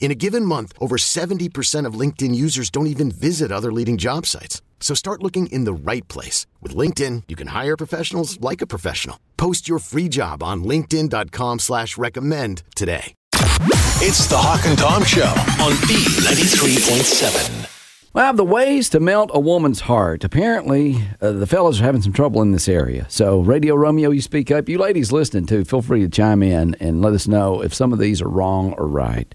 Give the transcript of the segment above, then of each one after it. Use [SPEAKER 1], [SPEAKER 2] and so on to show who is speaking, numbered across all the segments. [SPEAKER 1] In a given month, over 70% of LinkedIn users don't even visit other leading job sites. So start looking in the right place. With LinkedIn, you can hire professionals like a professional. Post your free job on linkedin.com slash recommend today.
[SPEAKER 2] It's the Hawk and Tom Show on B93.7.
[SPEAKER 3] Well, the ways to melt a woman's heart. Apparently, uh, the fellas are having some trouble in this area. So, Radio Romeo, you speak up. You ladies listening too, feel free to chime in and let us know if some of these are wrong or right.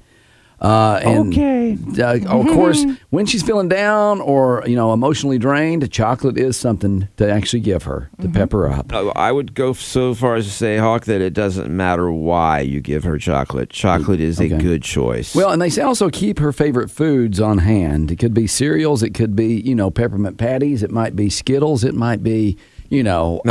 [SPEAKER 3] Uh, and,
[SPEAKER 4] Okay.
[SPEAKER 3] Uh, of course, when she's feeling down or you know emotionally drained, chocolate is something to actually give her to pep her up.
[SPEAKER 5] Uh, I would go so far as to say, Hawk, that it doesn't matter why you give her chocolate. Chocolate is
[SPEAKER 3] Okay.
[SPEAKER 5] a good choice.
[SPEAKER 3] Well, and they say also keep her favorite foods on hand. It could be cereals, it could be, you know, peppermint patties, it might be Skittles, it might be, you know, um,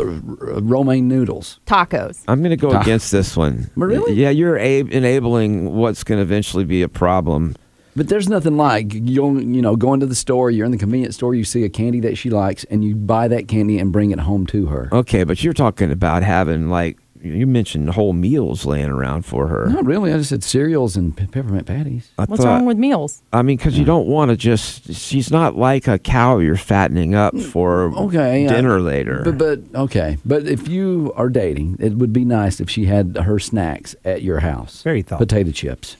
[SPEAKER 3] r- r- romaine noodles.
[SPEAKER 4] tacos.
[SPEAKER 5] I'm going to go against this one.
[SPEAKER 3] But really?
[SPEAKER 5] Yeah, you're ab- enabling what's going to eventually be a problem.
[SPEAKER 3] But there's nothing like you you know going to the store, you're in the convenience store, you see a candy that she likes and you buy that candy and bring it home to her.
[SPEAKER 5] Okay, but you're talking about having, like, you mentioned whole meals laying around for her.
[SPEAKER 3] Not really. I just said cereals and pe- peppermint patties.
[SPEAKER 5] I
[SPEAKER 4] What's
[SPEAKER 5] thought-
[SPEAKER 4] wrong with meals?
[SPEAKER 5] I mean, because you don't want to just. She's not like a cow you're fattening up for
[SPEAKER 3] Mm, Okay. uh,
[SPEAKER 5] dinner later.
[SPEAKER 3] But, but okay. But if you are dating, it would be nice if she had her snacks at your house.
[SPEAKER 6] Very thoughtful.
[SPEAKER 3] Potato chips.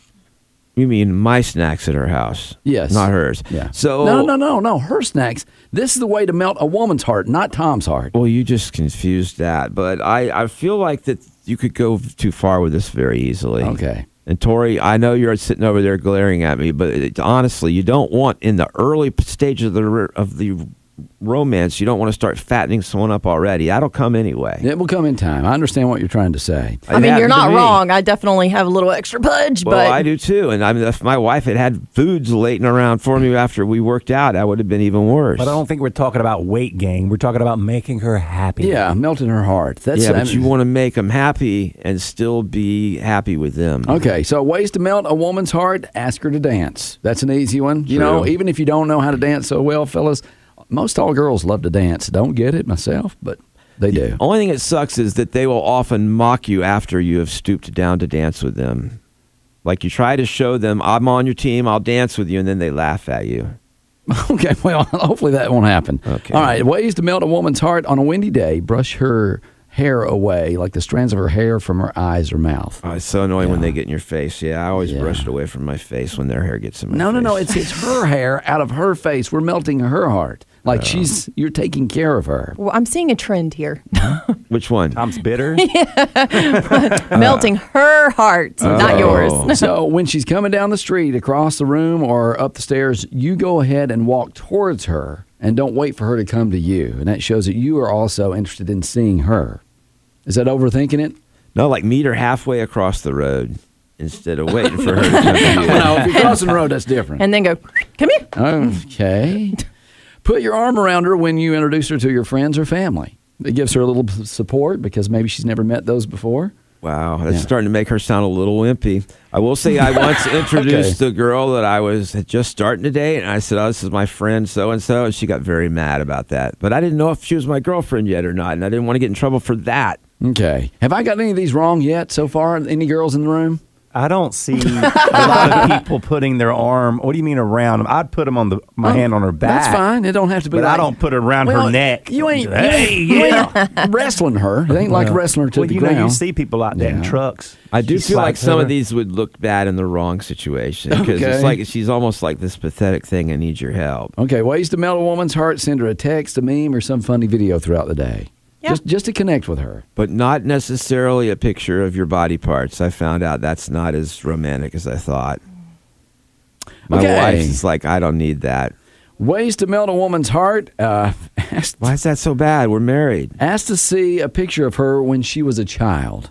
[SPEAKER 5] you mean my snacks at her house?
[SPEAKER 3] Yes.
[SPEAKER 5] Not hers.
[SPEAKER 3] Yeah.
[SPEAKER 5] So.
[SPEAKER 3] no, no, no, no. Her snacks. This is the way to melt a woman's heart, not Tom's heart.
[SPEAKER 5] Well, you just confused that, but I, I feel like that you could go too far with this very easily.
[SPEAKER 3] Okay.
[SPEAKER 5] And Tori, I know you're sitting over there glaring at me, but it, honestly, you don't want in the early p- stage of the r- of the romance, you don't want to start fattening someone up already. That'll come anyway.
[SPEAKER 3] It will come in time. I understand what you're trying to say.
[SPEAKER 5] It
[SPEAKER 4] I mean,
[SPEAKER 5] happened to
[SPEAKER 4] you're not
[SPEAKER 5] me.
[SPEAKER 4] wrong. I definitely have a little extra pudge,
[SPEAKER 5] Well,
[SPEAKER 4] but
[SPEAKER 5] I do too, and I mean, if my wife had had foods laying around for me after we worked out, that would have been even worse.
[SPEAKER 6] But I don't think we're talking about weight gain. We're talking about making her happy.
[SPEAKER 3] Yeah, melting her heart. That's
[SPEAKER 5] yeah,
[SPEAKER 3] I
[SPEAKER 5] but you
[SPEAKER 3] mean-
[SPEAKER 5] want to make them happy and still be happy with them.
[SPEAKER 3] Okay, so ways to melt a woman's heart: ask her to dance. That's an easy one. You know,
[SPEAKER 5] True.
[SPEAKER 3] even if you don't know how to dance so well, fellas, most all girls love to dance. Don't get it myself, but they do.
[SPEAKER 5] Only thing that sucks is that they will often mock you after you have stooped down to dance with them. Like you try to show them, I'm on your team, I'll dance with you, and then they laugh at you.
[SPEAKER 3] Okay, well, hopefully that won't happen.
[SPEAKER 5] Okay.
[SPEAKER 3] All right, ways to melt a woman's heart on a windy day: brush her hair away, like the strands of her hair from her eyes or mouth.
[SPEAKER 5] Oh, it's so annoying when they get in your face. Yeah, I always
[SPEAKER 3] Yeah.
[SPEAKER 5] brush it away from my face when their hair gets in my
[SPEAKER 3] No, no, no.
[SPEAKER 5] face.
[SPEAKER 3] It's it's her hair out of her face. We're melting her heart. Like she's you're taking care of her.
[SPEAKER 4] well, I'm seeing a trend here.
[SPEAKER 5] Which one?
[SPEAKER 6] Tom's bitter.
[SPEAKER 4] Melting her heart, not yours.
[SPEAKER 5] Oh.
[SPEAKER 3] so when she's coming down the street, across the room, or up the stairs, you go ahead and walk towards her, and don't wait for her to come to you. And that shows that you are also interested in seeing her. Is that overthinking it?
[SPEAKER 5] No, like meet her halfway across the road instead of waiting for her to come to you.
[SPEAKER 3] No, if you're crossing the road, that's different.
[SPEAKER 4] And then go, come here.
[SPEAKER 3] Okay. Put your arm around her when you introduce her to your friends or family. It gives her a little support because maybe she's never met those before.
[SPEAKER 5] Wow, that's
[SPEAKER 3] Yeah.
[SPEAKER 5] starting to make her sound a little wimpy. I will say, I once introduced the girl that I was just starting to date, and I said, "Oh, this is my friend so and so," and she got very mad about that. But I didn't know if she was my girlfriend yet or not, and I didn't want to get in trouble for that.
[SPEAKER 3] Okay. Have I got any of these wrong yet so far? Any girls in the room?
[SPEAKER 6] I don't see a lot of people putting their arm. What do you mean around? 'em? I'd put them on the my hand on her back.
[SPEAKER 3] Oh, That's fine. It don't have to be.
[SPEAKER 6] But I
[SPEAKER 3] like-
[SPEAKER 6] don't put it around
[SPEAKER 3] Well,
[SPEAKER 6] her neck.
[SPEAKER 3] You ain't, you
[SPEAKER 6] Hey,
[SPEAKER 3] ain't- you ain't wrestling her. It ain't like wrestling her to
[SPEAKER 6] well,
[SPEAKER 3] the
[SPEAKER 6] you
[SPEAKER 3] ground.
[SPEAKER 6] know, you see people like that in
[SPEAKER 3] Yeah.
[SPEAKER 6] trucks.
[SPEAKER 5] I do
[SPEAKER 6] She
[SPEAKER 5] feel like
[SPEAKER 6] slaps
[SPEAKER 5] some
[SPEAKER 6] her.
[SPEAKER 5] of these would look bad in the wrong situation because
[SPEAKER 3] Okay.
[SPEAKER 5] it's like she's almost like this pathetic thing. I need your help.
[SPEAKER 3] okay, ways to melt a woman's heart. Send her a text, a meme, or some funny video throughout the day.
[SPEAKER 4] Yeah.
[SPEAKER 3] Just just to connect with her.
[SPEAKER 5] but not necessarily a picture of your body parts. I found out that's not as romantic as I thought. My
[SPEAKER 3] Okay.
[SPEAKER 5] wife's like, I don't need that.
[SPEAKER 3] Ways to melt a woman's heart. Uh, ask,
[SPEAKER 5] Why is that so bad? We're married.
[SPEAKER 3] ask to see a picture of her when she was a child.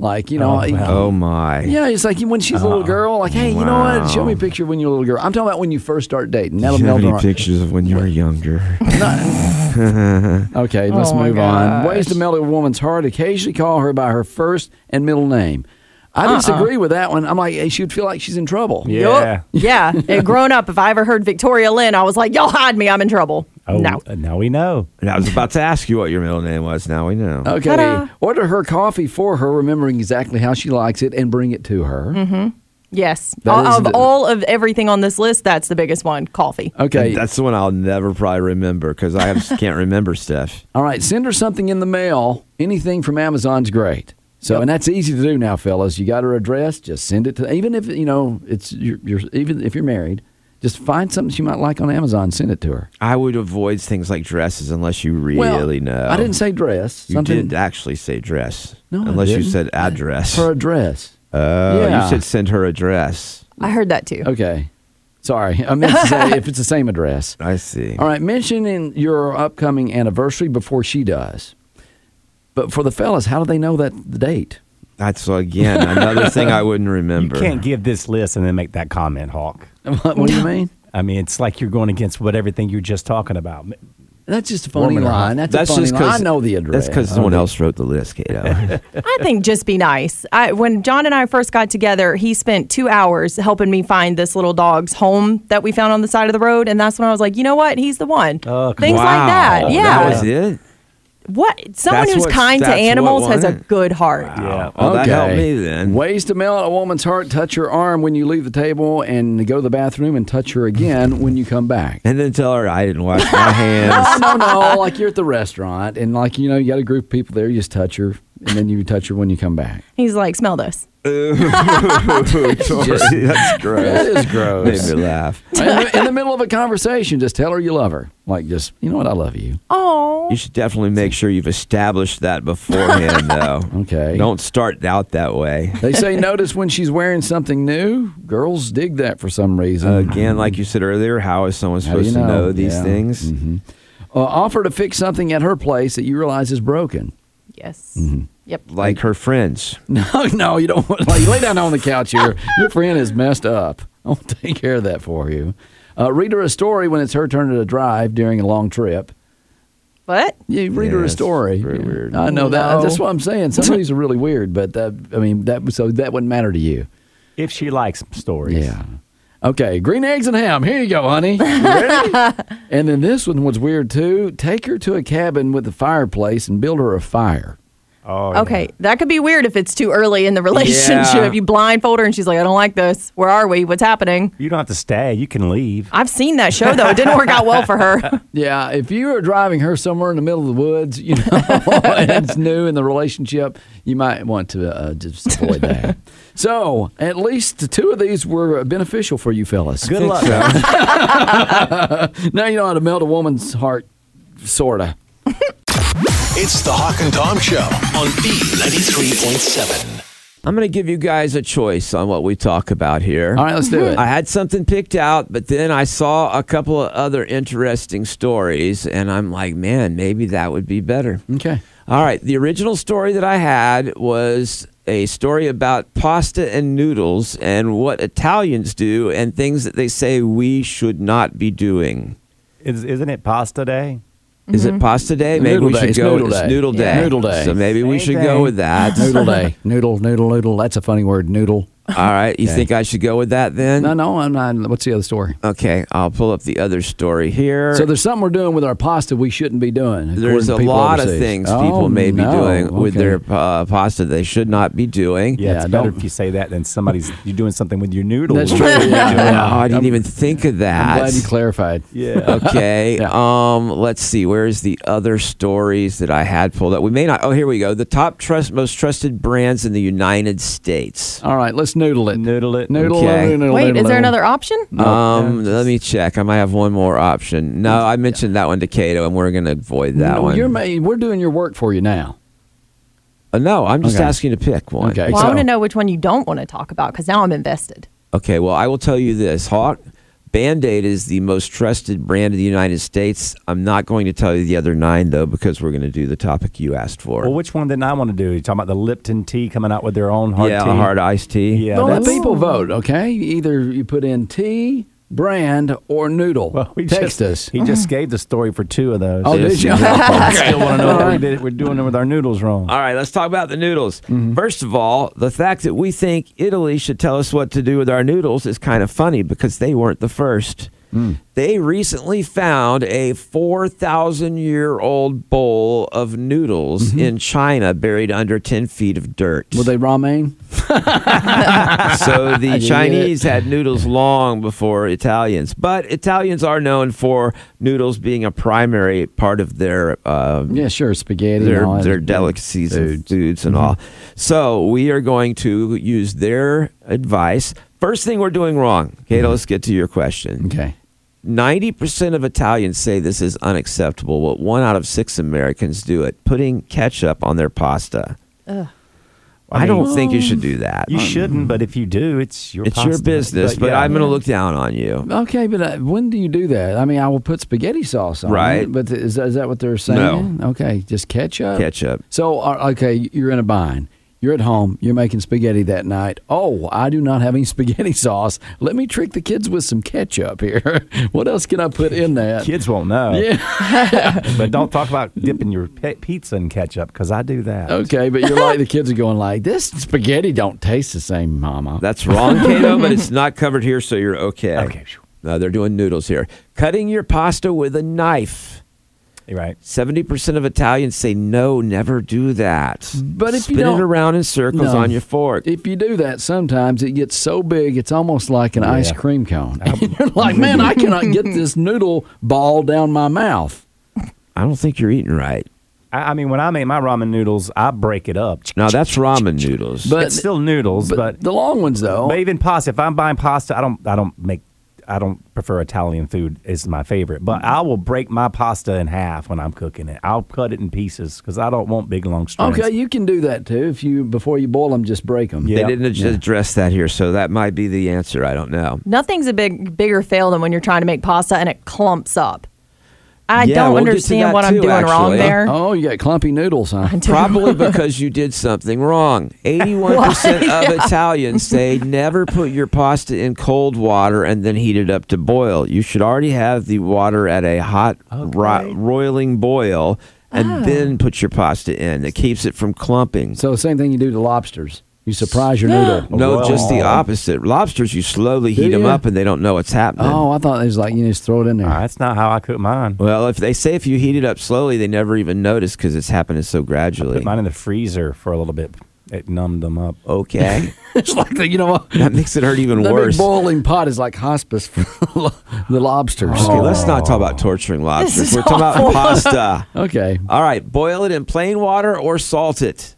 [SPEAKER 3] Like you know,
[SPEAKER 5] Oh my.
[SPEAKER 3] Yeah, it's like when she's a little girl, like, hey, you know what? Show me a picture of when you're a little girl. I'm talking about when you first start dating.
[SPEAKER 5] Do
[SPEAKER 3] That'll
[SPEAKER 5] you have
[SPEAKER 3] melt
[SPEAKER 5] any
[SPEAKER 3] her heart.
[SPEAKER 5] pictures of when you were younger?
[SPEAKER 3] Okay, let's
[SPEAKER 4] Oh, my
[SPEAKER 3] move on. Ways to melt a woman's heart. Occasionally call her by her first and middle name. I
[SPEAKER 4] Uh-uh.
[SPEAKER 3] disagree with that one. I'm like, hey, she would feel like she's in trouble.
[SPEAKER 6] Yeah.
[SPEAKER 4] Yup. Oh, Yeah. And growing up, if I ever heard Victoria Lynn, I was like, y'all hide me. I'm in trouble.
[SPEAKER 6] Oh,
[SPEAKER 4] no.
[SPEAKER 6] uh, Now we know.
[SPEAKER 5] and I was about to ask you what your middle name was. Now we know.
[SPEAKER 3] Okay. Order her coffee for her, remembering exactly how she likes it, and bring it to her.
[SPEAKER 4] Mm-hmm. Yes.
[SPEAKER 3] That
[SPEAKER 4] All-
[SPEAKER 3] is
[SPEAKER 4] of
[SPEAKER 3] the-
[SPEAKER 4] all of everything on this list, that's the biggest one coffee.
[SPEAKER 3] Okay.
[SPEAKER 5] That's the one I'll never probably remember because I just can't remember stuff.
[SPEAKER 3] All right. Send her something in the mail. Anything from Amazon's great. So, and that's easy to do now, fellas. You got her address. Just send it to. Even if you know it's you're, you're even if you're married, just find something she might like on Amazon. Send it to her.
[SPEAKER 5] I would avoid things like dresses unless you really know.
[SPEAKER 3] I didn't say dress.
[SPEAKER 5] You
[SPEAKER 3] something
[SPEAKER 5] did actually say dress.
[SPEAKER 3] No, I
[SPEAKER 5] unless you
[SPEAKER 3] didn't.
[SPEAKER 5] said address.
[SPEAKER 3] her address.
[SPEAKER 5] Oh,
[SPEAKER 3] Yeah.
[SPEAKER 5] you said send her address.
[SPEAKER 4] I heard that too.
[SPEAKER 3] Okay. Sorry, I meant to say if it's the same address.
[SPEAKER 5] I see.
[SPEAKER 3] All right, mention in your upcoming anniversary before she does. But for the fellas, how do they know that the date?
[SPEAKER 5] That's again another thing I wouldn't
[SPEAKER 6] You
[SPEAKER 5] remember.
[SPEAKER 6] can't give this list and then make that comment, Hawk.
[SPEAKER 3] What, what do you mean?
[SPEAKER 6] I mean, it's like you're going against what everything you're just talking about.
[SPEAKER 3] That's just a phony
[SPEAKER 6] Woman or
[SPEAKER 3] line. That's, a phony line. I know the address.
[SPEAKER 5] That's because someone else wrote the list, Kato.
[SPEAKER 4] I think just be nice. I, when John and I first got together, he spent two hours helping me find this little dog's home that we found on the side of the road, and that's when I was like, you know what? He's the one.
[SPEAKER 6] Oh,
[SPEAKER 4] Things like that. Yeah.
[SPEAKER 5] That was it.
[SPEAKER 4] What? Someone
[SPEAKER 5] That's
[SPEAKER 4] who's
[SPEAKER 5] what-
[SPEAKER 4] kind to
[SPEAKER 5] that's what
[SPEAKER 4] animals has a
[SPEAKER 5] won it.
[SPEAKER 4] good heart.
[SPEAKER 6] Yeah.
[SPEAKER 5] Well, oh, that
[SPEAKER 3] Okay.
[SPEAKER 5] helped me then.
[SPEAKER 3] Ways to melt a woman's heart. Touch her arm when you leave the table and go to the bathroom and touch her again when you come back. Oh,
[SPEAKER 5] And then tell her I didn't wash my hands.
[SPEAKER 3] no, no, like you're at the restaurant and like, you know, you got a group of people there. You just touch her and then you touch her when you come back.
[SPEAKER 4] He's like, smell this.
[SPEAKER 5] That's gross.
[SPEAKER 3] That is
[SPEAKER 5] Made
[SPEAKER 3] gross.
[SPEAKER 5] me laugh.
[SPEAKER 3] in, the, in the middle of a conversation, just tell her you love her. Like, just, you know what? I love you.
[SPEAKER 4] Oh,
[SPEAKER 5] You should definitely make sure you've established that beforehand, though.
[SPEAKER 3] Okay.
[SPEAKER 5] Don't start out that way.
[SPEAKER 3] They say notice when she's wearing something new. Girls dig that for some reason.
[SPEAKER 5] Again, like you said earlier, how is someone
[SPEAKER 3] How do
[SPEAKER 5] supposed
[SPEAKER 3] you
[SPEAKER 5] to
[SPEAKER 3] know?
[SPEAKER 5] know these
[SPEAKER 3] Yeah.
[SPEAKER 5] things?
[SPEAKER 3] Uh, offer to fix something at her place that you realize is broken.
[SPEAKER 4] yes. Yep.
[SPEAKER 5] Like her friends.
[SPEAKER 3] No, no, you don't want like lay down on the couch here. Your friend is messed up. I'll take care of that for you. Uh, read her a story when it's her turn to drive during a long trip.
[SPEAKER 4] What?
[SPEAKER 3] Yeah, read
[SPEAKER 5] Yeah,
[SPEAKER 3] her a
[SPEAKER 5] that's
[SPEAKER 3] story.
[SPEAKER 5] very weird.
[SPEAKER 3] I know that.
[SPEAKER 4] No.
[SPEAKER 3] That's what I'm saying. Some of these are really weird, but that, I mean that. So that wouldn't matter to you.
[SPEAKER 6] If she likes stories.
[SPEAKER 3] Yeah. Okay, green eggs and ham. Here you go, honey. You ready? and then this one was weird too. Take her to a cabin with a fireplace and build her a fire.
[SPEAKER 6] Oh, yeah.
[SPEAKER 4] Okay, that could be weird if it's too early in the relationship.
[SPEAKER 5] Yeah.
[SPEAKER 4] You blindfold her and she's like, I don't like this. Where are we? What's happening?
[SPEAKER 6] You don't have to stay. You can leave.
[SPEAKER 4] I've seen that show though. It didn't work out well for her.
[SPEAKER 3] Yeah, if you are driving her somewhere in the middle of the woods, you know, and it's new in the relationship, you might want to uh, just avoid that. so, at least two of these were beneficial for you fellas.
[SPEAKER 6] Good luck.
[SPEAKER 3] Now you know how to melt a woman's heart, sorta.
[SPEAKER 2] It's the Hawk and Tom Show on B93.7.
[SPEAKER 5] I'm going to give you guys a choice on what we talk about here.
[SPEAKER 3] All right, let's do it.
[SPEAKER 5] I had something picked out, but then I saw a couple of other interesting stories, and I'm like, man, maybe that would be better.
[SPEAKER 3] Okay.
[SPEAKER 5] All right, the original story that I had was a story about pasta and noodles and what Italians do and things that they say we should not be doing.
[SPEAKER 6] Is, isn't it pasta day?
[SPEAKER 5] Is it pasta day? Maybe
[SPEAKER 3] Mm-hmm. Noodle
[SPEAKER 5] we
[SPEAKER 3] day.
[SPEAKER 5] should
[SPEAKER 3] It's
[SPEAKER 5] go.
[SPEAKER 3] noodle
[SPEAKER 5] it's
[SPEAKER 3] day.
[SPEAKER 5] noodle
[SPEAKER 3] Yeah.
[SPEAKER 5] day.
[SPEAKER 3] Noodle day.
[SPEAKER 5] So maybe we
[SPEAKER 6] Same
[SPEAKER 5] should
[SPEAKER 6] thing.
[SPEAKER 5] go with that.
[SPEAKER 3] Noodle day. Noodle, noodle, noodle. That's a funny word, noodle.
[SPEAKER 5] All right, you
[SPEAKER 3] Okay.
[SPEAKER 5] think I should go with that then?
[SPEAKER 3] No, no, I'm not. What's the other story?
[SPEAKER 5] Okay, I'll pull up the other story here.
[SPEAKER 3] So there's something we're doing with our pasta we shouldn't be doing. according
[SPEAKER 5] Er There's
[SPEAKER 3] to
[SPEAKER 5] a
[SPEAKER 3] people
[SPEAKER 5] lot of
[SPEAKER 3] overseas.
[SPEAKER 5] things
[SPEAKER 3] Oh,
[SPEAKER 5] people may be
[SPEAKER 3] no.
[SPEAKER 5] doing with
[SPEAKER 3] Okay.
[SPEAKER 5] their uh, pasta they should not be doing.
[SPEAKER 6] Yeah, it's
[SPEAKER 3] Yeah,
[SPEAKER 6] better
[SPEAKER 3] don't-
[SPEAKER 6] if you say that than somebody's you're doing something with your noodles.
[SPEAKER 3] That's true. yeah.
[SPEAKER 5] Oh, I didn't even think of
[SPEAKER 3] I'm
[SPEAKER 5] that.
[SPEAKER 3] glad you clarified.
[SPEAKER 6] yeah.
[SPEAKER 5] okay. Um, let's see. Where's the other stories that I had pulled up? We may not. Oh, here we go. The top trust, most trusted brands in the United States.
[SPEAKER 3] All right, let's noodle it.
[SPEAKER 6] Noodle it.
[SPEAKER 3] Noodle,
[SPEAKER 5] Okay.
[SPEAKER 3] noodle, noodle,
[SPEAKER 4] Wait, is
[SPEAKER 3] noodle.
[SPEAKER 4] there another option?
[SPEAKER 3] Oh,
[SPEAKER 5] Um, let me check. I might have one more option. No, I mentioned that one to Cato, and we're going to avoid that
[SPEAKER 3] no,
[SPEAKER 5] one.
[SPEAKER 3] You're ma- we're doing your work for you now.
[SPEAKER 5] Uh, no, I'm just
[SPEAKER 3] Okay.
[SPEAKER 5] asking to pick one.
[SPEAKER 3] Okay.
[SPEAKER 4] Well, I
[SPEAKER 3] so-
[SPEAKER 4] want to know which one you don't want to talk about because now I'm invested.
[SPEAKER 5] Okay, well, I will tell you this, Hawk. Band Aid is the most trusted brand in the United States. I'm not going to tell you the other nine, though, because we're going to do the topic you asked for.
[SPEAKER 6] Well, which one didn't I want to do? You talking about the Lipton tea coming out with their own hard
[SPEAKER 5] yeah,
[SPEAKER 6] tea?
[SPEAKER 5] a hard iced tea.
[SPEAKER 6] Yeah,
[SPEAKER 3] Don't let
[SPEAKER 6] that's-
[SPEAKER 3] people vote, okay? Either you put in tea, brand, or noodle.
[SPEAKER 6] Well, we
[SPEAKER 3] Text
[SPEAKER 6] just,
[SPEAKER 3] us.
[SPEAKER 6] He just gave the story for two of those.
[SPEAKER 3] Oh,
[SPEAKER 6] I
[SPEAKER 3] did you?
[SPEAKER 6] still want to know if we did it. We're doing it with our noodles wrong.
[SPEAKER 5] All right, let's talk about the noodles.
[SPEAKER 6] Mm-hmm.
[SPEAKER 5] First of all, the fact that we think Italy should tell us what to do with our noodles is kind of funny because they weren't the first.
[SPEAKER 6] Mm.
[SPEAKER 5] They recently found a 4,000 year old bowl of noodles
[SPEAKER 6] Mm-hmm.
[SPEAKER 5] in China buried under 10 feet of dirt.
[SPEAKER 3] Were they ramen?
[SPEAKER 5] so the
[SPEAKER 3] get it.
[SPEAKER 5] Chinese had noodles long before Italians, but Italians are known for noodles being a primary part of their um,
[SPEAKER 3] Yeah, sure. Spaghetti. and all
[SPEAKER 5] their
[SPEAKER 3] that. Mm-hmm.
[SPEAKER 5] their delicacies and foods and all. So we are going to use their advice. First thing we're doing wrong. Okay, let's get to your question.
[SPEAKER 3] Mm-hmm. Okay.
[SPEAKER 5] Ninety percent of Italians say this is unacceptable, but one out of six Americans do it. Putting ketchup on their pasta. I, don't think you should do that.
[SPEAKER 6] You shouldn't, but if you do, it's your
[SPEAKER 5] It's your
[SPEAKER 6] pasta.
[SPEAKER 5] business, but,
[SPEAKER 6] yeah.
[SPEAKER 5] I'm going to look down on you.
[SPEAKER 3] Okay, but uh, when do you do that? I mean, I will put spaghetti sauce on it,
[SPEAKER 5] Right.
[SPEAKER 3] but is, is that what they're saying? Okay, just ketchup.
[SPEAKER 5] Ketchup.
[SPEAKER 3] So, uh, okay, you're in a bind. You're at home. You're making spaghetti that night. Oh, I do not have any spaghetti sauce. Let me trick the kids with some ketchup here. what else can I put in that?
[SPEAKER 6] Kids won't know.
[SPEAKER 3] Yeah.
[SPEAKER 6] But don't talk about dipping your pe- pizza in ketchup because I do that.
[SPEAKER 3] Okay, but you're like the kids are going like this spaghetti don't taste the same, Mama.
[SPEAKER 5] That's wrong, Kato, but it's not covered here, so you're okay.
[SPEAKER 6] Okay, phew.
[SPEAKER 5] No, they're doing noodles here. Cutting your pasta with a knife.
[SPEAKER 6] You're right.
[SPEAKER 5] 70% of Italians say no, never do that.
[SPEAKER 3] But if you
[SPEAKER 5] Spin
[SPEAKER 3] don't-
[SPEAKER 5] it around in circles
[SPEAKER 3] No.
[SPEAKER 5] on your fork.
[SPEAKER 3] if you do that, sometimes it gets so big it's almost like an ice cream cone. you're like, man, I cannot get this noodle ball down my mouth.
[SPEAKER 5] I don't think you're eating right.
[SPEAKER 6] I, I mean, when I make my ramen noodles, I break it up.
[SPEAKER 5] No, that's ramen noodles.
[SPEAKER 3] But-
[SPEAKER 6] it's still noodles,
[SPEAKER 3] But,
[SPEAKER 6] but
[SPEAKER 3] the long ones, though.
[SPEAKER 6] But even pasta, if I'm buying pasta, I don't I don't make I don't prefer Italian food is my favorite, but I will break my pasta in half when I'm cooking it. I'll cut it in pieces because I don't want big long strands.
[SPEAKER 3] okay, you can do that too. If you before you boil them, just break them.
[SPEAKER 6] Yeah.
[SPEAKER 5] they didn't ad- address that here, so that might be the answer. I don't know.
[SPEAKER 4] Nothing's a big bigger fail than when you're trying to make pasta and it clumps up. I
[SPEAKER 5] Yeah,
[SPEAKER 4] don't
[SPEAKER 5] we'll get to
[SPEAKER 4] understand
[SPEAKER 5] that
[SPEAKER 4] what I'm
[SPEAKER 5] too,
[SPEAKER 4] doing wrong
[SPEAKER 5] actually.
[SPEAKER 4] there.
[SPEAKER 3] Oh, you got clumpy noodles, huh?
[SPEAKER 5] Probably because you did something wrong. 81% of Italians say never put your pasta in cold water and then heat it up to boil. You should already have the water at a hot, ro- roiling boil and then put your pasta in. It keeps it from clumping.
[SPEAKER 3] Ah. So same thing you do to lobsters. You surprise your noodle.
[SPEAKER 5] no,
[SPEAKER 6] Wow.
[SPEAKER 5] just the opposite. Lobsters, you slowly
[SPEAKER 3] uh, Do
[SPEAKER 5] heat them
[SPEAKER 3] ya?
[SPEAKER 5] up and they don't know what's happening.
[SPEAKER 3] Oh, I thought it was like you just throw it in there.
[SPEAKER 6] Uh, that's not how I cook mine.
[SPEAKER 5] Well, if they say if you heat it up slowly, they never even notice because it's happening so gradually.
[SPEAKER 6] Put mine in the freezer for a little bit. It numbed them up.
[SPEAKER 5] Okay,
[SPEAKER 3] it's like the, you know what?
[SPEAKER 5] that makes it hurt even
[SPEAKER 3] That
[SPEAKER 5] worse.
[SPEAKER 3] big boiling pot is like hospice for the lobsters.
[SPEAKER 5] Okay, let's not talk about torturing lobsters.
[SPEAKER 4] is
[SPEAKER 5] We're talking about pasta.
[SPEAKER 3] Okay.
[SPEAKER 5] All right, boil it in plain water or salt it.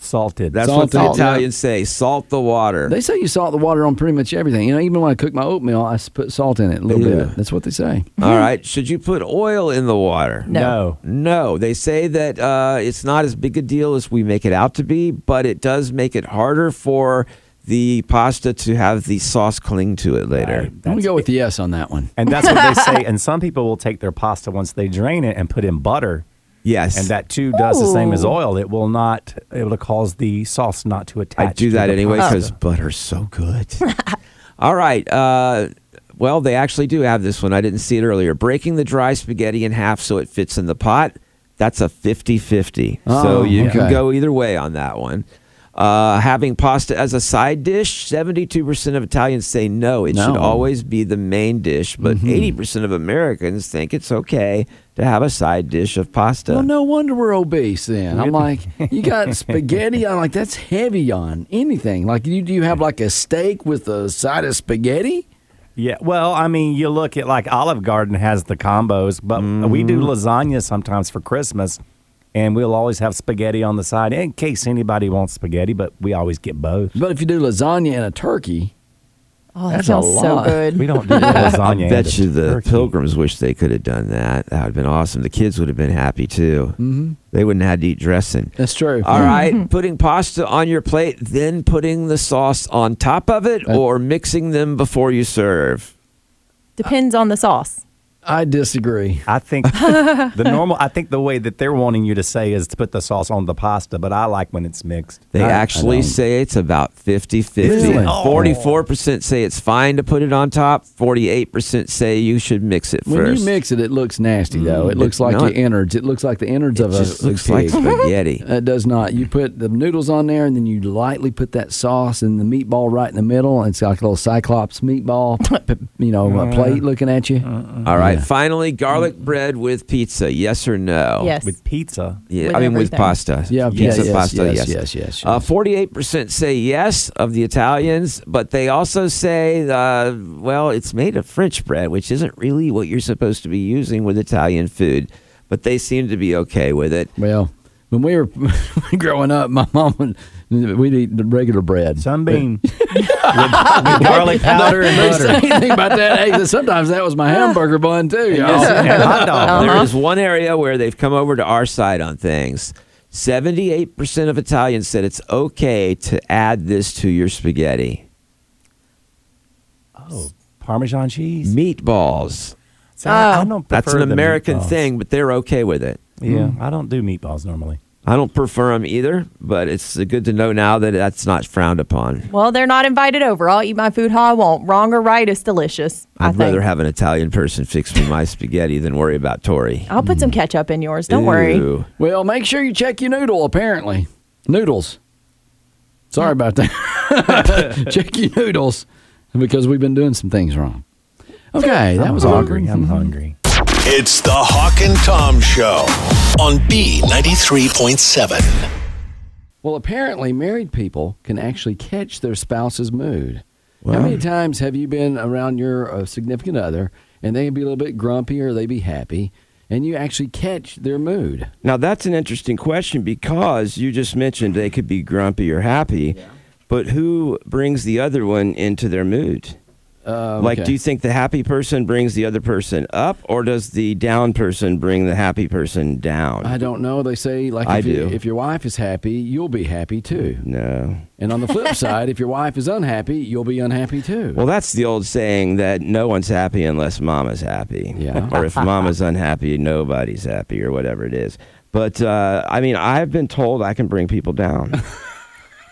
[SPEAKER 6] Salted.
[SPEAKER 5] That's
[SPEAKER 3] Salt
[SPEAKER 5] what the
[SPEAKER 3] it.
[SPEAKER 5] Italians say. Salt the water.
[SPEAKER 3] They say you salt the water on pretty much everything. You know, even when I cook my oatmeal, I s- put salt in it a little
[SPEAKER 5] Yeah.
[SPEAKER 3] bit. That's what they say.
[SPEAKER 5] All right, should you put oil in the water?
[SPEAKER 4] No.
[SPEAKER 6] no.
[SPEAKER 5] No, they say that uh, it's not as big a deal as we make it out to be, but it does make it harder for the pasta to have the sauce cling to it later.
[SPEAKER 3] I'm gonna go with the yes on that one.
[SPEAKER 6] And that's what they say. And some people will take their pasta once they drain it and put in butter.
[SPEAKER 5] Yes.
[SPEAKER 6] And that too does the same as
[SPEAKER 4] Ooh.
[SPEAKER 6] oil. It will not, it will cause the sauce not to attach.
[SPEAKER 5] I do
[SPEAKER 6] to
[SPEAKER 5] that
[SPEAKER 6] the
[SPEAKER 5] anyway
[SPEAKER 6] pasta.
[SPEAKER 5] because butter's so good. All right. Uh, well, they actually do have this one. I didn't see it earlier. Breaking the dry spaghetti in half so it fits in the pot. That's a 50 50.
[SPEAKER 3] Oh,
[SPEAKER 5] so you
[SPEAKER 3] okay.
[SPEAKER 5] can go either way on that one. Uh, having pasta as a side dish, 72% of Italians say no, it should
[SPEAKER 3] No.
[SPEAKER 5] always be the main dish, but 80% of Americans think it's okay to have a side dish of pasta.
[SPEAKER 3] Well, no wonder we're obese then. I'm like, you got spaghetti. I'm like, that's heavy on anything. Like, you do you have like a steak with a side of spaghetti?
[SPEAKER 6] Yeah, well, I mean, you look
[SPEAKER 5] Mm.
[SPEAKER 6] at like Olive Garden has the combos, but we do lasagna sometimes for Christmas, and we'll always have spaghetti on the side in case anybody wants spaghetti, but we always get both.
[SPEAKER 3] But if you do lasagna and a turkey,
[SPEAKER 4] Oh,
[SPEAKER 3] That's
[SPEAKER 4] that
[SPEAKER 3] a
[SPEAKER 4] sounds so
[SPEAKER 3] lot.
[SPEAKER 4] good.
[SPEAKER 6] We don't do lasagna.
[SPEAKER 5] I
[SPEAKER 6] and
[SPEAKER 5] bet you the
[SPEAKER 6] turkey.
[SPEAKER 5] pilgrims wish they could have done that. That would have been awesome. The kids would have been happy too. Mm-hmm. They wouldn't have had to eat dressing.
[SPEAKER 3] that's true.
[SPEAKER 5] All right, putting pasta on your plate, then putting the sauce on top of it, or mixing them before you serve.
[SPEAKER 4] Depends on the sauce.
[SPEAKER 3] I disagree.
[SPEAKER 6] I think the normal. I think the way that they're wanting you to say is to put the sauce on the pasta, but I like when it's mixed.
[SPEAKER 5] They
[SPEAKER 6] I-
[SPEAKER 5] actually say it's about 50 50.
[SPEAKER 3] Really?
[SPEAKER 5] 44% say it's fine to put it on top, 48% say you should mix it
[SPEAKER 3] When
[SPEAKER 5] first.
[SPEAKER 3] you mix it, it looks nasty though. It
[SPEAKER 5] Mm,
[SPEAKER 3] looks
[SPEAKER 5] it's
[SPEAKER 3] like
[SPEAKER 5] not.
[SPEAKER 3] the innards. It uh, looks like the innards
[SPEAKER 5] it
[SPEAKER 3] of a
[SPEAKER 5] just
[SPEAKER 3] a
[SPEAKER 5] looks like
[SPEAKER 3] pig.
[SPEAKER 5] spaghetti.
[SPEAKER 3] It does not. You put the noodles on there, and then you lightly put that sauce and the meatball right in the middle. And it's like a little cyclops meatball, you know, a plate looking at you.
[SPEAKER 5] All right, finally, garlic bread with pizza, yes or
[SPEAKER 3] Oh,
[SPEAKER 5] no?
[SPEAKER 4] Yes.
[SPEAKER 6] with pizza.
[SPEAKER 5] Yeah,
[SPEAKER 4] With
[SPEAKER 5] I mean with
[SPEAKER 4] everything.
[SPEAKER 5] pasta.
[SPEAKER 3] Yeah,
[SPEAKER 5] pizza,
[SPEAKER 3] yes, yes,
[SPEAKER 5] pasta.
[SPEAKER 3] yes,
[SPEAKER 5] Yes,
[SPEAKER 3] yes, yes,
[SPEAKER 5] Uh,
[SPEAKER 3] yes.
[SPEAKER 5] Forty-eight percent say yes of the Italians, but they also say, uh, well, it's made of French bread, which isn't really what you're supposed to be using with Italian food. But they seem to be okay with it.
[SPEAKER 3] Well, when we were growing up, my mom would we'd eat the regular bread.
[SPEAKER 6] Sunbeam with, with garlic powder and
[SPEAKER 3] They
[SPEAKER 6] butter.
[SPEAKER 3] say anything about that? Hey, sometimes that was my hamburger bun too. y'all.
[SPEAKER 6] And hot
[SPEAKER 4] Uh-huh.
[SPEAKER 6] dog.
[SPEAKER 5] There is one area where they've come over to our side on things. 78% of Italians said it's okay to add this to your spaghetti.
[SPEAKER 6] Parmesan cheese.
[SPEAKER 5] Meatballs.
[SPEAKER 6] So I- I don't
[SPEAKER 5] That's
[SPEAKER 6] prefer
[SPEAKER 5] an
[SPEAKER 6] the
[SPEAKER 5] American
[SPEAKER 6] meatballs.
[SPEAKER 5] thing, but they're okay with it.
[SPEAKER 6] Yeah, I don't do meatballs normally.
[SPEAKER 5] I don't prefer them either, but it's good to know now that that's not frowned upon.
[SPEAKER 4] Well, they're not invited over. I'll eat my food how I want. Wrong or right is delicious. I
[SPEAKER 5] I'd
[SPEAKER 4] think.
[SPEAKER 5] rather have an Italian person fix me my spaghetti than worry about Tori.
[SPEAKER 4] I'll put some ketchup in yours. Oh, Don't worry.
[SPEAKER 5] Mm. Ew.
[SPEAKER 3] Well, make sure you check your noodle, apparently. Noodles. Sorry about that. check your noodles because we've been doing some things wrong. Okay, that
[SPEAKER 6] I'm
[SPEAKER 3] was
[SPEAKER 6] hungry.
[SPEAKER 3] awkward.
[SPEAKER 6] I'm hungry.
[SPEAKER 2] It's the Hawk and Tom Show on B93.7.
[SPEAKER 3] Well, apparently, married people can actually catch their spouse's mood. How many times have you been around your uh, significant other and they can be a little bit grumpy or they be happy and you actually catch their mood?
[SPEAKER 7] Now that's an interesting question because you just mentioned they could be grumpy or happy, but who brings the other one into their mood?
[SPEAKER 4] Oh,
[SPEAKER 3] Uh,
[SPEAKER 7] Like,
[SPEAKER 3] okay.
[SPEAKER 7] do you think the happy person brings the other person up, or does the down person bring the happy person down?
[SPEAKER 3] I don't know. They say, like,
[SPEAKER 7] I
[SPEAKER 3] if,
[SPEAKER 7] do.
[SPEAKER 3] you- if your wife is happy, you'll be happy too.
[SPEAKER 7] no.
[SPEAKER 3] And on the flip side, if your wife is unhappy, you'll be unhappy too.
[SPEAKER 7] Well, that's the old saying that no one's happy unless mama's happy.
[SPEAKER 3] Yeah.
[SPEAKER 7] or if mama's unhappy, nobody's happy, or whatever it is. But uh, I mean, I've been told I can bring people down.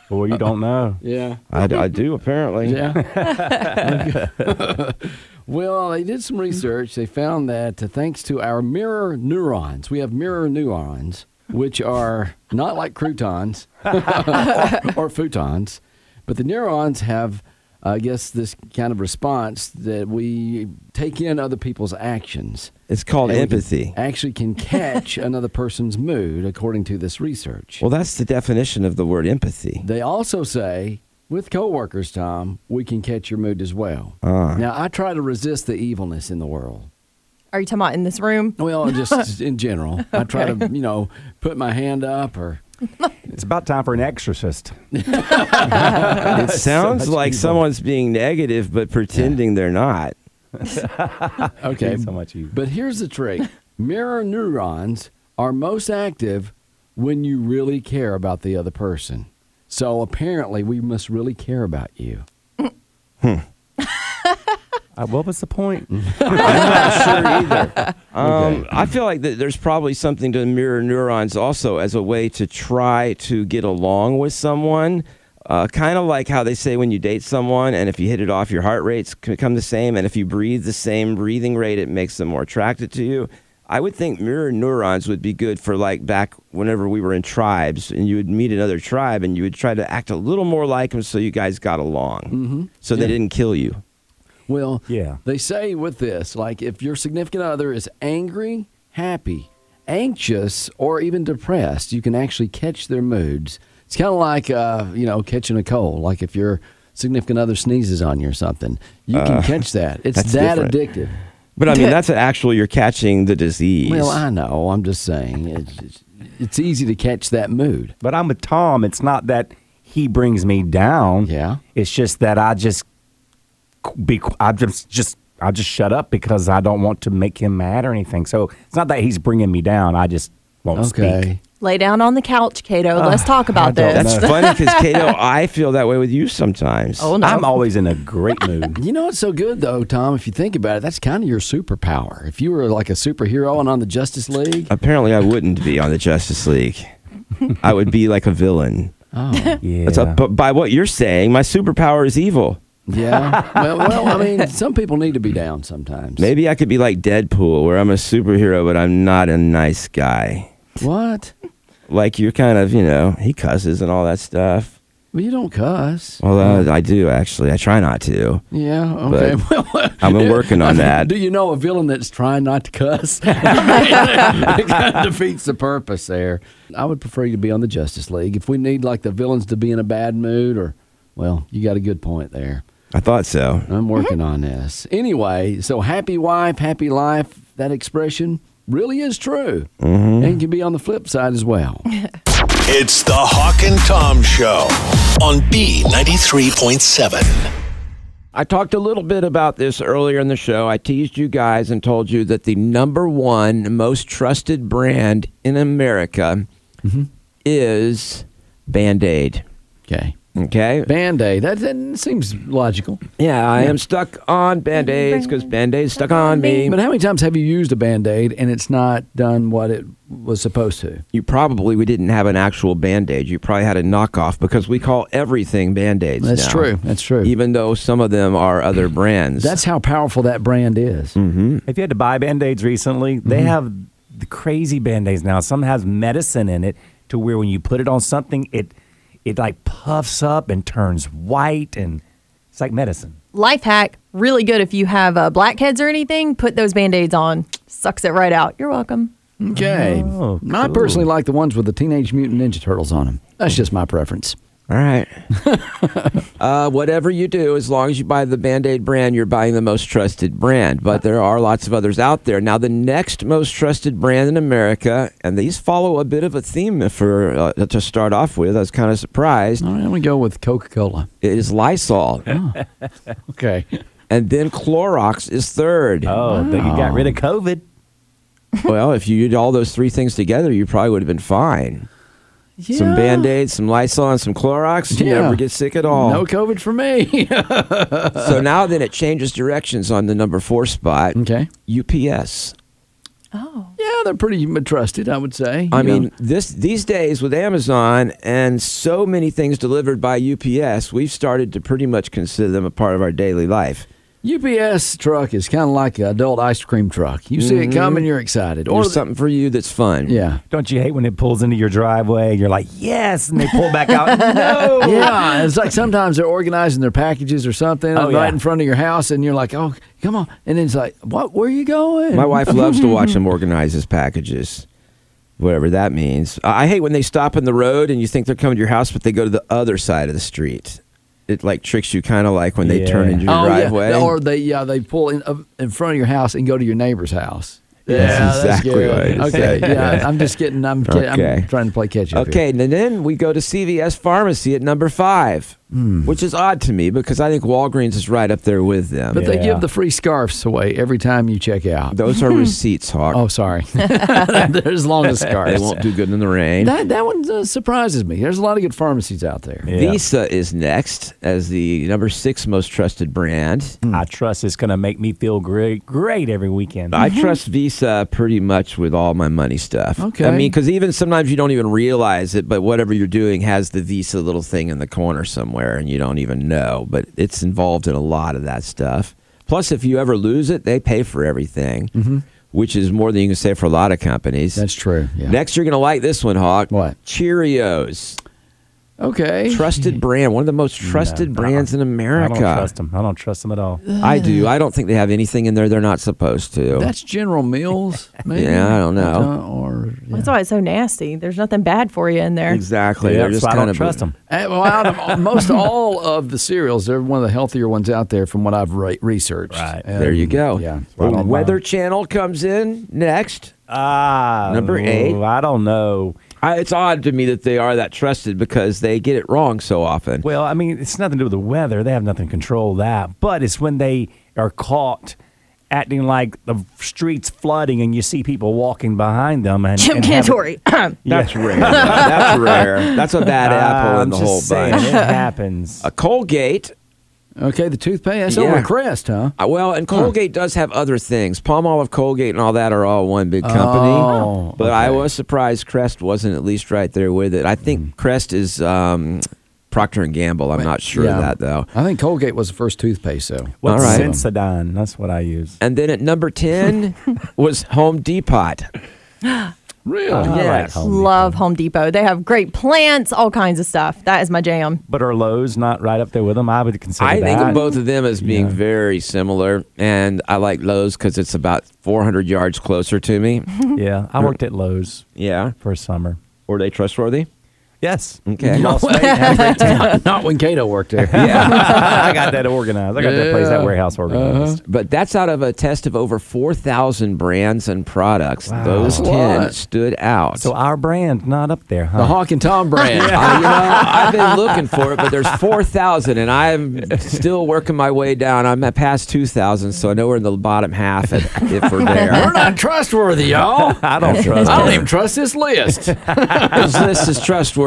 [SPEAKER 6] Or you don't know.
[SPEAKER 3] yeah.
[SPEAKER 7] I, I do apparently.
[SPEAKER 3] Yeah. well, they did some research. They found that uh, thanks to our mirror neurons, we have mirror neurons, which are not like croutons or, or futons, but the neurons have, I guess, this kind of response that we take in other people's actions.
[SPEAKER 7] It's called
[SPEAKER 3] And we can-
[SPEAKER 7] empathy.
[SPEAKER 3] Actually, can catch another person's mood, according to this research.
[SPEAKER 7] Well, that's the definition of the word empathy.
[SPEAKER 3] They also say, with coworkers, Tom, we can catch your mood as well.
[SPEAKER 6] Uh.
[SPEAKER 3] Now, I try to resist the evilness in the world.
[SPEAKER 4] Are you talking about in this room?
[SPEAKER 3] Well, just in general, I try to, you know, put my hand up or.
[SPEAKER 6] It's about time for an exorcist.
[SPEAKER 7] It sounds like someone's being negative but pretending they're not.
[SPEAKER 3] Okay.
[SPEAKER 6] so much you.
[SPEAKER 3] But here's the trick mirror neurons are most active when you really care about the other person. So apparently, we must really care about you.
[SPEAKER 6] Uh, what was the point?
[SPEAKER 7] Um, I feel like that there's probably something to mirror neurons also as a way to try to get along with someone. Uh, kind of like how they say when you date someone, and if you hit it off, your heart rates c- become the same, and if you breathe the same breathing rate, it makes them more attracted to you. I would think mirror neurons would be good for like back whenever we were in tribes, and you would meet another tribe, and you would try to act a little more like them so you guys got along, mm-hmm. so they didn't kill you.
[SPEAKER 3] Well,
[SPEAKER 6] Yeah.
[SPEAKER 3] They say with this, like if your significant other is angry, happy, anxious, or even depressed, you can actually catch their moods. It's kind of like uh, you know catching a cold. Like if your significant other sneezes on you or something, you can catch that. It's
[SPEAKER 7] Uh, that's
[SPEAKER 3] that
[SPEAKER 7] different.
[SPEAKER 3] addictive.
[SPEAKER 5] But I mean, that's an actual, you're catching the disease.
[SPEAKER 3] Well, I know. I'm just saying. It's, it's, it's easy to catch that mood.
[SPEAKER 6] But I'm with Tom. It's not that he brings me down.
[SPEAKER 3] Yeah.
[SPEAKER 6] It's just that I just be I just just I just shut up because I don't want to make him mad or anything. So it's not that he's bringing me down. I just won't
[SPEAKER 3] Okay.
[SPEAKER 4] Lay down on the couch, Cato. Let's talk about this.
[SPEAKER 6] don't know.
[SPEAKER 5] Ah, That's funny because Kato, I feel that way with you sometimes.
[SPEAKER 4] Oh
[SPEAKER 6] speak.
[SPEAKER 4] no.
[SPEAKER 6] I'm always in a great mood.
[SPEAKER 3] You know it's so good though, Tom. If you think about it, that's kind of your superpower. If you were like a superhero and on the Justice League,
[SPEAKER 5] Apparently, I wouldn't be on the Justice League. I would be like a villain.
[SPEAKER 6] Yeah.
[SPEAKER 5] That's a, but by what you're saying, my superpower is evil.
[SPEAKER 3] yeah. well, well, I mean, some people need to be down sometimes.
[SPEAKER 5] Maybe I could be like Deadpool, where I'm a superhero, but I'm not a nice guy.
[SPEAKER 3] What?
[SPEAKER 5] Like you're kind of, you know, he cusses and all that stuff.
[SPEAKER 3] Well, you don't cuss.
[SPEAKER 5] Although I do actually, I try not to.
[SPEAKER 3] Yeah. Okay. Well,
[SPEAKER 5] I've been working on that.
[SPEAKER 3] Do you know a villain that's trying not to cuss? it kind of defeats the purpose there. I would prefer you to be on the Justice League. If we need like the villains to be in a bad mood, or well, you got a good point there.
[SPEAKER 5] I thought so.
[SPEAKER 3] I'm working
[SPEAKER 5] Mm-hmm.
[SPEAKER 3] on this. Anyway, so happy wife, happy life, that expression really is true
[SPEAKER 5] Mm-hmm.
[SPEAKER 3] and can be on the flip side as well.
[SPEAKER 8] It's the Hawk and Tom Show on B93.7.
[SPEAKER 5] I talked a little bit about this earlier in the show. I teased you guys and told you that the number one most trusted brand in America
[SPEAKER 3] Mm-hmm.
[SPEAKER 5] is Band Aid.
[SPEAKER 3] Okay.
[SPEAKER 5] Okay.
[SPEAKER 3] Band aid. That, that seems logical.
[SPEAKER 5] yeah, I am stuck on Band Aids because Band Aids stuck on me.
[SPEAKER 3] But how many times have you used a band aid and it's not done what it was supposed to?
[SPEAKER 5] You probably we didn't have an actual Band Aid. You probably had a knockoff because we call everything Band Aids.
[SPEAKER 3] That's
[SPEAKER 5] now,
[SPEAKER 3] true. That's true.
[SPEAKER 5] Even though some of them are other brands.
[SPEAKER 3] That's how powerful that brand is.
[SPEAKER 5] Mm.
[SPEAKER 6] If you had to buy band aids recently, they
[SPEAKER 5] Mm-hmm.
[SPEAKER 6] have the crazy band aids now. Some has medicine in it to where when you put it on something, it it like puffs up and turns white, and it's like medicine.
[SPEAKER 4] Life hack. Really good if you have uh, blackheads or anything. Put those band aids on. Sucks it right out. You're welcome.
[SPEAKER 3] Okay.
[SPEAKER 6] Oh,
[SPEAKER 3] I
[SPEAKER 6] cool.
[SPEAKER 3] personally like the ones with the Teenage Mutant Ninja Turtles on them. That's just my preference.
[SPEAKER 5] All right. uh, whatever you do, as long as you buy the Band Aid brand, you're buying the most trusted brand. But there are lots of others out there. Now, the next most trusted brand in America, and these follow a bit of a theme for uh, to start off with. I was kind of surprised.
[SPEAKER 3] All right, I'm going to go with Coca Cola.
[SPEAKER 5] Is Lysol,
[SPEAKER 3] Okay.
[SPEAKER 5] and then Clorox is third.
[SPEAKER 6] Oh, but you got rid of COVID.
[SPEAKER 5] Well, if you did all those three things together, you probably would have been fine. Some
[SPEAKER 3] Yeah.
[SPEAKER 5] Band oh. Aids, some Lysol, and some Clorox. You
[SPEAKER 3] Yeah.
[SPEAKER 5] never get sick at all.
[SPEAKER 3] No COVID for me.
[SPEAKER 5] so now then it changes directions on the number four spot.
[SPEAKER 3] okay.
[SPEAKER 5] UPS.
[SPEAKER 4] Oh.
[SPEAKER 3] Yeah, they're pretty trusted, I would say.
[SPEAKER 5] I
[SPEAKER 3] You
[SPEAKER 5] mean,
[SPEAKER 3] know,
[SPEAKER 5] this these days with Amazon and so many things delivered by UPS, we've started to pretty much consider them a part of our daily life.
[SPEAKER 3] UPS truck is kind of like an adult ice cream truck. You see it
[SPEAKER 5] Mm-hmm.
[SPEAKER 3] coming, you're excited.
[SPEAKER 5] Or
[SPEAKER 3] Or
[SPEAKER 5] something for you that's fun.
[SPEAKER 3] yeah.
[SPEAKER 6] Don't you hate when it pulls into your driveway? You're like, yes, and they pull back out. no.
[SPEAKER 3] Yeah, it's like sometimes they're organizing their packages or something
[SPEAKER 6] Oh,
[SPEAKER 3] right
[SPEAKER 6] yeah.
[SPEAKER 3] in front of your house, and you're like, "Oh, come on!" And then it's like, "What? Where are you going?"
[SPEAKER 5] My wife loves to watch him organize his packages, whatever that means. I I hate when they stop in the road and you think they're coming to your house, but they go to the other side of the street. It like tricks you, kind of like when they turn
[SPEAKER 6] Yeah.
[SPEAKER 5] into your
[SPEAKER 3] oh,
[SPEAKER 5] driveway.
[SPEAKER 3] Yeah. Or they yeah they pull in uh, in front of your house and go to your neighbor's house. Yeah,
[SPEAKER 5] That's exactly
[SPEAKER 3] good.
[SPEAKER 5] what I
[SPEAKER 3] Okay,
[SPEAKER 5] said.
[SPEAKER 3] yeah, I'm just getting. I'm kidding.
[SPEAKER 5] Okay.
[SPEAKER 3] I'm trying to play catch up. here.
[SPEAKER 5] Okay, and then we go to CVS Pharmacy at number five,
[SPEAKER 3] Hmm.
[SPEAKER 5] which is odd to me because I think Walgreens is right up there with them.
[SPEAKER 3] but they
[SPEAKER 6] Yeah.
[SPEAKER 3] give the free scarves away every time you check out.
[SPEAKER 5] Those are receipts, Hawk.
[SPEAKER 3] Oh, sorry. There's long as
[SPEAKER 5] they
[SPEAKER 3] scarves.
[SPEAKER 5] won't do good in the rain.
[SPEAKER 3] That that one uh, surprises me. There's a lot of good pharmacies out there.
[SPEAKER 6] Yeah.
[SPEAKER 5] Visa is next as the number six most trusted brand.
[SPEAKER 6] I trust it's going to make me feel great, great every weekend.
[SPEAKER 5] I trust Visa pretty much with all my money stuff.
[SPEAKER 3] Okay.
[SPEAKER 5] I mean, because even sometimes you don't even realize it, but whatever you're doing has the Visa little thing in the corner somewhere and you don't even know. But it's involved in a lot of that stuff. Plus, if you ever lose it, they pay for everything,
[SPEAKER 6] Mm-hmm.
[SPEAKER 5] which is more than you can say for a lot of companies.
[SPEAKER 3] That's true. Yeah.
[SPEAKER 5] Next, you're going to like this one, Hawk.
[SPEAKER 3] What?
[SPEAKER 5] Cheerios.
[SPEAKER 3] Okay.
[SPEAKER 5] Trusted brand, one of the most trusted brands in
[SPEAKER 6] I
[SPEAKER 5] America.
[SPEAKER 6] don't trust them. I don't trust them at all.
[SPEAKER 5] I do. I don't think they have anything in there they're not supposed to.
[SPEAKER 3] That's General Mills, maybe.
[SPEAKER 5] Yeah, I don't know.
[SPEAKER 3] Uh, or yeah.
[SPEAKER 4] That's why it's so nasty. There's nothing bad for you in there.
[SPEAKER 5] exactly.
[SPEAKER 6] Yeah,
[SPEAKER 5] they're just
[SPEAKER 6] so I
[SPEAKER 5] kind
[SPEAKER 6] don't
[SPEAKER 5] of
[SPEAKER 6] trust them.
[SPEAKER 3] Uh, well, out of most all of the cereals, they're one of the healthier ones out there, from what I've re- researched.
[SPEAKER 6] Right.
[SPEAKER 3] And,
[SPEAKER 5] There you go.
[SPEAKER 3] Yeah.
[SPEAKER 5] The Weather Channel comes in next.
[SPEAKER 6] Ah,
[SPEAKER 5] Number
[SPEAKER 6] ooh,
[SPEAKER 5] eight.
[SPEAKER 6] I don't know.
[SPEAKER 5] I, it's odd to me that they are that trusted because they get it wrong so often.
[SPEAKER 6] Well, I mean, it's nothing to do with the weather. They have nothing to control that. But it's when they are caught acting like the streets flooding and you see people walking behind them and
[SPEAKER 4] Jim
[SPEAKER 6] and having-
[SPEAKER 4] Cantori.
[SPEAKER 5] That's rare. That's rare. That's a bad apple
[SPEAKER 6] Ah,
[SPEAKER 5] in
[SPEAKER 6] I'm
[SPEAKER 5] the
[SPEAKER 6] just
[SPEAKER 5] whole
[SPEAKER 6] saying,
[SPEAKER 5] bunch.
[SPEAKER 6] It happens.
[SPEAKER 5] A Colgate.
[SPEAKER 3] Okay, the toothpaste. That's
[SPEAKER 5] Yeah.
[SPEAKER 3] over Crest, huh?
[SPEAKER 5] uh, Well, and Colgate does have other things. Palmolive, Colgate, and all that are all one big company.
[SPEAKER 3] Oh,
[SPEAKER 5] but I was surprised Crest wasn't at least right there with it. I think Crest is um, Procter and Gamble. I'm not sure
[SPEAKER 3] Yeah.
[SPEAKER 5] of that though.
[SPEAKER 3] I think Colgate was the first toothpaste, though.
[SPEAKER 6] What's
[SPEAKER 5] all right.
[SPEAKER 6] Sensodyne? That's what I use.
[SPEAKER 5] And then at number ten was Home Depot.
[SPEAKER 3] Really?
[SPEAKER 6] I like
[SPEAKER 5] Yes.
[SPEAKER 6] Home Depot.
[SPEAKER 4] Love Home Depot. They have great plants, all kinds of stuff. That is my jam.
[SPEAKER 6] But are Lowe's not right up there with them? I would consider
[SPEAKER 5] I
[SPEAKER 6] that.
[SPEAKER 5] think of both of them as being very similar, and I like Lowe's because it's about 400 yards closer to me.
[SPEAKER 6] Yeah, I worked at Lowe's
[SPEAKER 5] yeah,
[SPEAKER 6] for a summer.
[SPEAKER 5] were they trustworthy?
[SPEAKER 6] Yes.
[SPEAKER 5] Okay.
[SPEAKER 6] Lost weight and had a great time.
[SPEAKER 3] Not when Cato worked there.
[SPEAKER 6] I got that organized. I got that place, that warehouse organized.
[SPEAKER 5] But that's out of a test of over 4,000 brands and products. Those
[SPEAKER 3] That's a
[SPEAKER 5] 10
[SPEAKER 3] lot.
[SPEAKER 5] stood out.
[SPEAKER 6] So our brand not up there, huh?
[SPEAKER 3] The Hawk and Tom brand.
[SPEAKER 5] I, you know, I've been looking for it, but there's 4,000, and I'm still working my way down. I'm at past 2,000, so I know we're in the bottom half if, if we're
[SPEAKER 3] We're
[SPEAKER 5] there.
[SPEAKER 3] not trustworthy, y'all.
[SPEAKER 6] I don't trust.
[SPEAKER 3] I don't
[SPEAKER 6] it.
[SPEAKER 3] even trust this list.
[SPEAKER 5] this list is trustworthy.